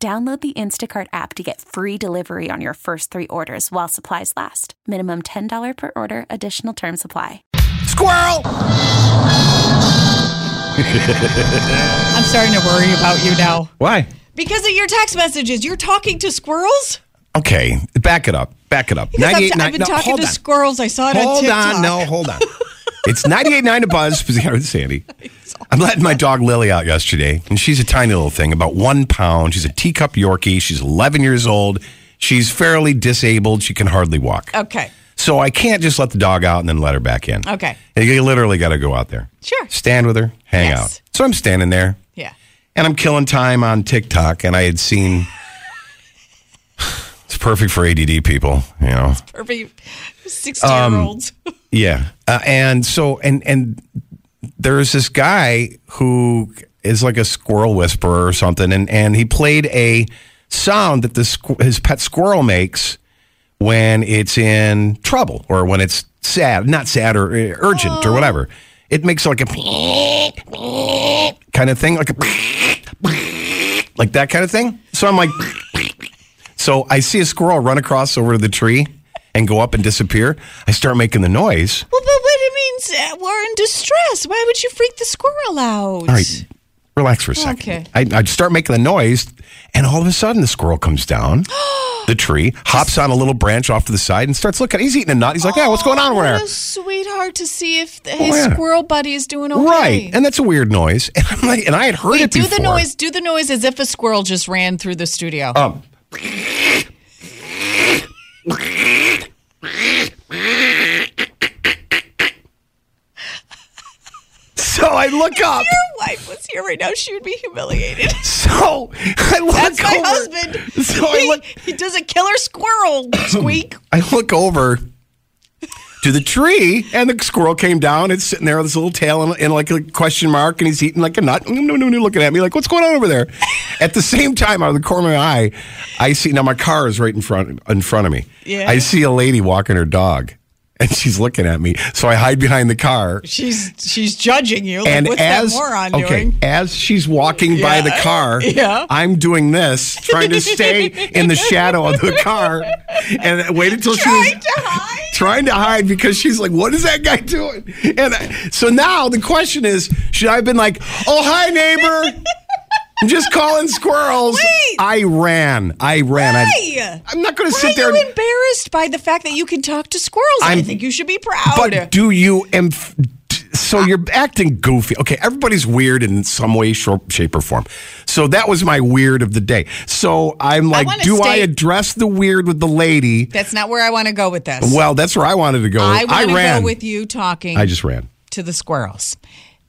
Download the Instacart app to get free delivery on your first three orders while supplies last. Minimum $10 per order, additional term supply. Squirrel! I'm starting to worry about you now. Why? Because of your text messages, you're talking to squirrels? Okay, back it up. Back it up. Because I'm t- 98.9 I've been no, talking hold to on. squirrels. I saw it on Hold TikTok. on. No, hold on. It's 98.9 to Buzz, Pizzicato and Sandy. I'm letting my dog Lily out yesterday, and she's a tiny little thing, about one pound. She's a teacup Yorkie. She's 11 years old. She's fairly disabled. She can hardly walk. Okay. So I can't just let the dog out and then let her back in. Okay. You literally got to go out there. Sure. Stand with her, hang Yes. out. So I'm standing there, Yeah. and I'm killing time on TikTok, and I had seen. It's perfect for ADD people, you know. Perfect. 16 year olds. Yeah, uh, and so and and there's this guy who is like a squirrel whisperer or something, and and he played a sound that the squ- his pet squirrel makes when it's in trouble or when it's sad, not sad or uh, urgent or whatever. It makes like a kind of thing, like a like that kind of thing. So I'm like, so I see a squirrel run across over to the tree and go up and disappear. I start making the noise. Well, but what it means, uh, we're in distress. Why would you freak the squirrel out? All right, relax for a second. Okay. I, I start making the noise, and all of a sudden, the squirrel comes down the tree, hops on a little branch off to the side, and starts looking. He's eating a nut. He's like, "Yeah, what's going on over there?" What a sweetheart to see if th- his yeah. squirrel buddy is doing okay. Right, and that's a weird noise. And I'm like, and I had heard Wait, it do before. the noise. Do the noise as if a squirrel just ran through the studio. Um. So I look up. Your wife was here right now. She would be humiliated. So I look That's my over. husband. So I he, look. he does a killer squirrel squeak. I look over to the tree, and the squirrel came down. It's sitting there with its little tail and, and like a question mark, and he's eating like a nut. No, no, no, no, looking at me like, what's going on over there? At the same time, out of the corner of my eye, I see now my car is right in front in front of me. Yeah. I see a lady walking her dog, and she's looking at me. So I hide behind the car. She's she's judging you. Like, And what's as that moron okay, doing? as she's walking by the car, yeah. I'm doing this, trying to stay in the shadow of the car, and I waited till she was Trying to hide? trying to hide because she's like, "What is that guy doing?" And I, so now the question is, should I have been like, "Oh hi neighbor, I'm just calling squirrels." Wait. I ran, I ran. Why? I, I'm not going to Why sit there. are and- you embarrassed by the fact that you can talk to squirrels? i I'm- think you should be proud. But do you? Inf- d- so you're acting goofy. Okay, everybody's weird in some way, shor- shape, or form. So that was my weird of the day. So I'm like, wanna do I stay- address the weird with the lady? That's not where I want to go with this. Well, that's where I wanted to go. I want to ran. go with you talking I just ran. to the squirrels.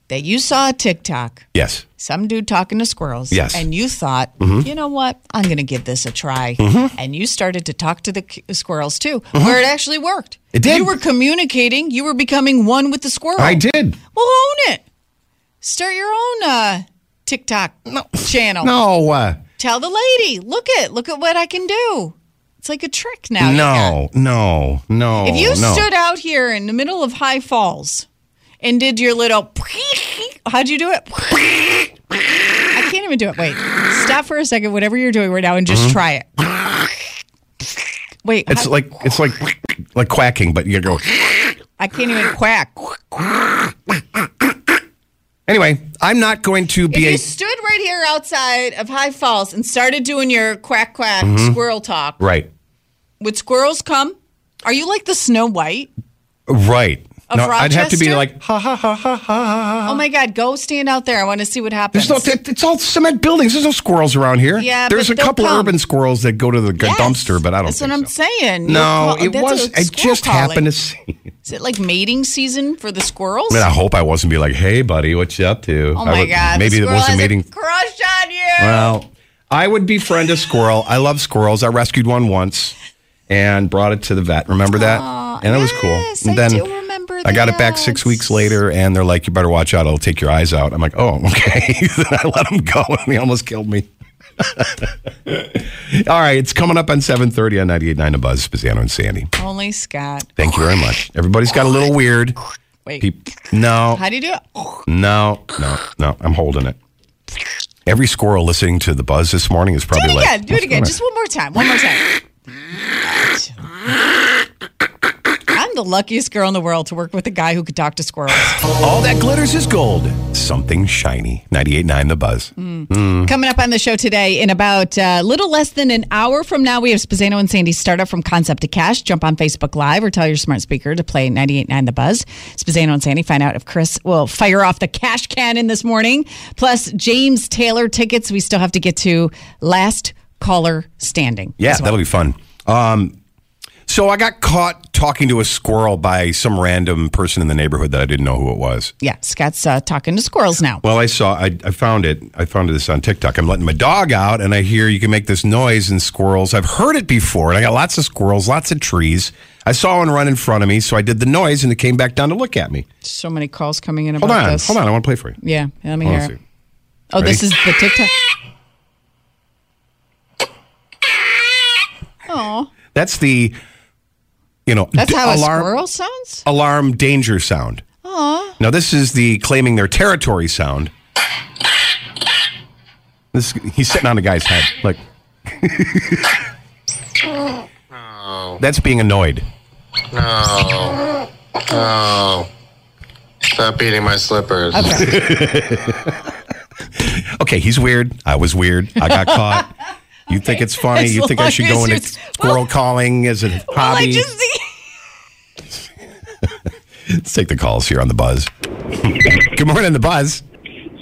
That you saw a TikTok, Yes. some dude talking to squirrels, Yes. Mm-hmm. and you thought, you know what, I'm going to give this a try, and you started to talk to the k- squirrels too, where it actually worked. Mm-hmm. It did. You were communicating. You were becoming one with the squirrel. I did. Well, own it. Start your own uh, TikTok channel. No. Uh, Tell the lady, look it, look at what I can do. It's like a trick now. you got. no. No. No. If you no. stood out here in the middle of High Falls and did your little, how'd you do it? I can't even do it. Wait, stop for a second, whatever you're doing right now, and just try it. Wait, Mm-hmm. it's how- like it's like like quacking, but you go. I can't even quack. Anyway, I'm not going to If be a you stood right here outside of High Falls and started doing your quack quack Mm-hmm. squirrel talk, right. would squirrels come? Are you like the Snow White? Right. Of no, I'd have to be Rochester? like ha ha ha ha ha ha. oh my God, go stand out there. I want to see what happens. There's no, it- it's all cement buildings. There's no squirrels around here. Yeah, but there's a they'll couple come. urban squirrels that go to the g- Yes. dumpster, but I don't. That's think what I'm so. saying. You're No, call- it that's was. a I squirrel just happened calling. to see. I Is it like mating season for the squirrels? mean, I hope I wasn't be like, "Hey, buddy, what you up to?" oh my God. Maybe the it squirrel wasn't has a meeting. crush on you. Well, I would befriend a squirrel. I love squirrels. I rescued one once and brought it to the vet. Remember that? and it was cool. yes, and I then do remember I got it back that. six weeks later, and they're like, "You better watch out. It'll take your eyes out." I'm like, "Oh, okay." then I let him go, and he almost killed me. All right, it's coming up on 7:30 on 98.9 The Buzz, Spaziano and Sandy. Only Scott. Thank you very much. Everybody's got a little weird. Wait. Peop- No, How do you do it? Oh no, no, no. I'm holding it. Every squirrel listening to the buzz this morning is Do probably it like, again. Do it "What's again. going on?" Just one more time. One more time. I'm the luckiest girl in the world to work with a guy who could talk to squirrels. All that glitters is gold. Something shiny. 98.9 The Buzz. Mm, Coming up on the show today, in about a little less than an hour from now, we have Spazano and Sandy startup from concept to cash. Jump on Facebook Live or tell your smart speaker to play 98.9 The Buzz. Spazano and Sandy find out if Chris will fire off the cash cannon this morning. Plus, James Taylor tickets we still have to get to. Last caller standing. Yeah, as well. that'll be fun. Um, so I got caught talking to a squirrel by some random person in the neighborhood that I didn't know who it was. yeah. Scott's uh, talking to squirrels now. Well, I saw, I, I found it. I found this on TikTok. I'm letting my dog out and I hear you can make this noise and squirrels. I've heard it before and I got lots of squirrels, lots of trees. I saw one run in front of me, so I did the noise and it came back down to look at me. So many calls coming in about Hold on, this. hold on. I want to play for you. Yeah, let me Hold on hear. a sec. It. Oh, this is Ready? the TikTok. Oh, That's the, you know, that's d- how a alarm- squirrel sounds. alarm danger sound. Now this is the claiming their territory sound. This he's sitting on a guy's head. Look. That's being annoyed. Stop beating my slippers. Okay, Okay, he's weird. I was weird. I got caught. You think it's funny? as you think I long should as go into you're- squirrel well- calling as a hobby? well, Oh, I just think Let's take the calls here on the buzz. Good morning, the buzz.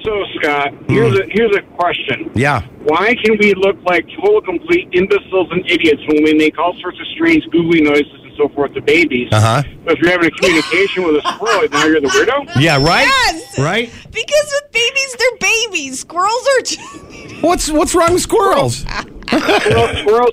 So, Scott, here's a here's a question. Mm. Yeah. Why can we look like total complete imbeciles and idiots when we make all sorts of strange googly noises and so forth to babies? Uh-huh. But if you're having a communication with a squirrel, now you're the weirdo. Yeah. Right. Yes! Right. because with babies, they're babies. Squirrels are. Just, What's what's wrong with squirrels? Squirrels, squirrels.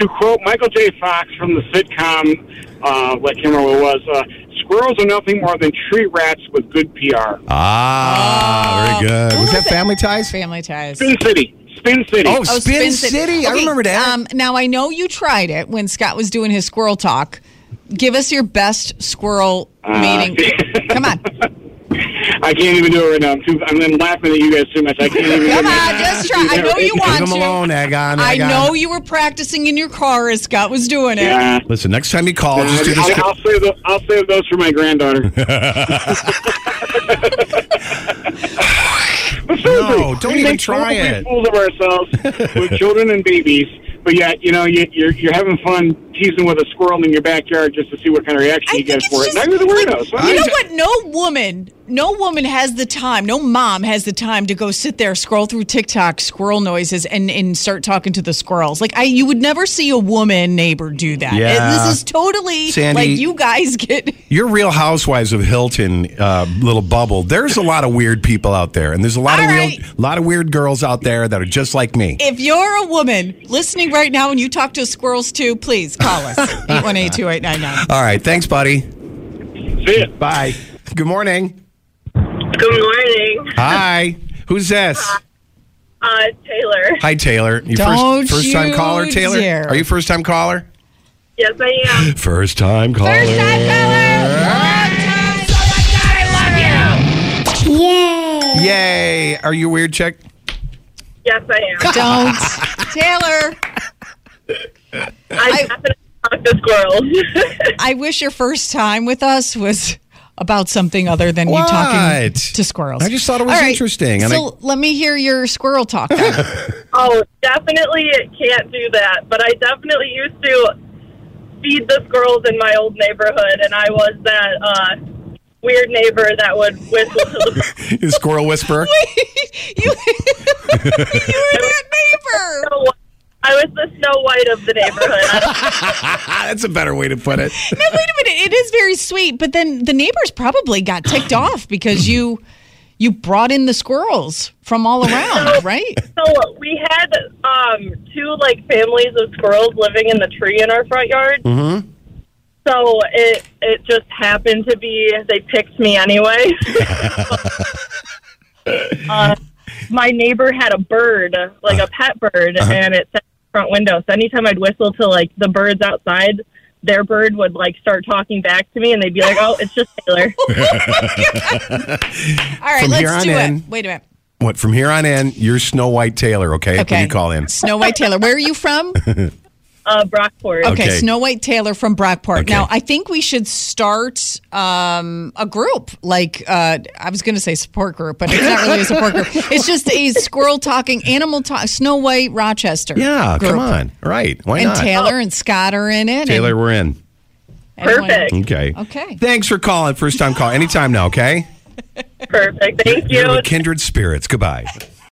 To quote Michael J. Fox from the sitcom, uh, like I can't remember what it was. Uh, Squirrels are nothing more than tree rats with good PR. Uh. Ah, Oh. very good. Was that Family Ties? family ties. Spin City. Spin City. Oh, Spin, City. I Okay, remember that. Um, now I know you tried it when Scott was doing his squirrel talk. Give us your best squirrel meeting. Come on, I can't even do it right now. I'm, too, I'm laughing at you guys too much. I can't even. come do it. on, just try. I know you want Leave him to. alone, Agon. I Agon. know you were practicing in your car as Scott was doing it. Yeah. Listen, next time you call, I'll, just do I'll, this. save those, I'll save those for my granddaughter. But seriously, No, don't we even make try total it. Fools of ourselves with children and babies, but yet you know you, you're you're having fun teasing with a squirrel in your backyard just to see what kind of reaction I you get think for it's it. Now just- you're the like, weirdo. so you I- know what? No woman, no woman has the time. No mom has the time to go sit there, scroll through TikTok squirrel noises, and and start talking to the squirrels. Like I, you would never see a woman neighbor do that. Yeah. This is totally Sandy- like you guys get. Your Real Housewives of Hilton uh, little bubble. There's a lot of weird people out there, and there's a lot of All weird, right. lot of weird girls out there that are just like me. If you're a woman listening right now and you talk to squirrels too, please call us eight one eight two eight nine nine. All right, thanks, buddy. See ya. Bye. Good morning. Good morning. Hi. Who's this? Uh, it's Taylor. Hi, Taylor. You Don't first first time you caller, Taylor? dare. Are you first time caller? Yes, I am. First time caller. Yay. Are you weird, chick? Yes, I Don't, am. Taylor. I definitely talk to squirrels. I wish your first time with us was about something other than you talking What? to squirrels. I just thought it was All right, interesting, and so let me hear your squirrel talk. then. oh, definitely it can't do that. But I definitely used to feed the squirrels in my old neighborhood, and I was that uh, weird neighbor that would whistle to the You Squirrel whisperer. you, you were that neighbor. Snow White. I was the Snow White of the neighborhood. Ah, That's a better way to put it. No, wait a minute. It is very sweet, but then the neighbors probably got ticked off because you you brought in the squirrels from all around, right? So we had um, two like families of squirrels living in the tree in our front yard. Mm-hmm. So it it just happened to be they picked me anyway. uh, my neighbor had a bird, like a pet bird, and it sat in the front window. So anytime I'd whistle to like the birds outside, their bird would like start talking back to me, and they'd be like, "Oh, it's just Taylor." all right, From let's here on do in. it. Wait a minute. What from here on in, you're Snow White Taylor, okay? Okay. When you call in. Snow White Taylor, where are you from? Uh, Brockport. Okay, Okay. Snow White Taylor from Brockport. Okay. Now, I think we should start um, a group. Like, uh, I was going to say support group, but it's not really a support group. It's just a squirrel talking, animal talk, Snow White Rochester. Yeah, group. come on. Right. Why And not? Taylor and Scott are in it. Taylor, we're in. and anyone- Perfect. Okay. Okay. Thanks for calling. First time call. Anytime now, okay? Perfect. Thank You're you. with kindred spirits. Goodbye.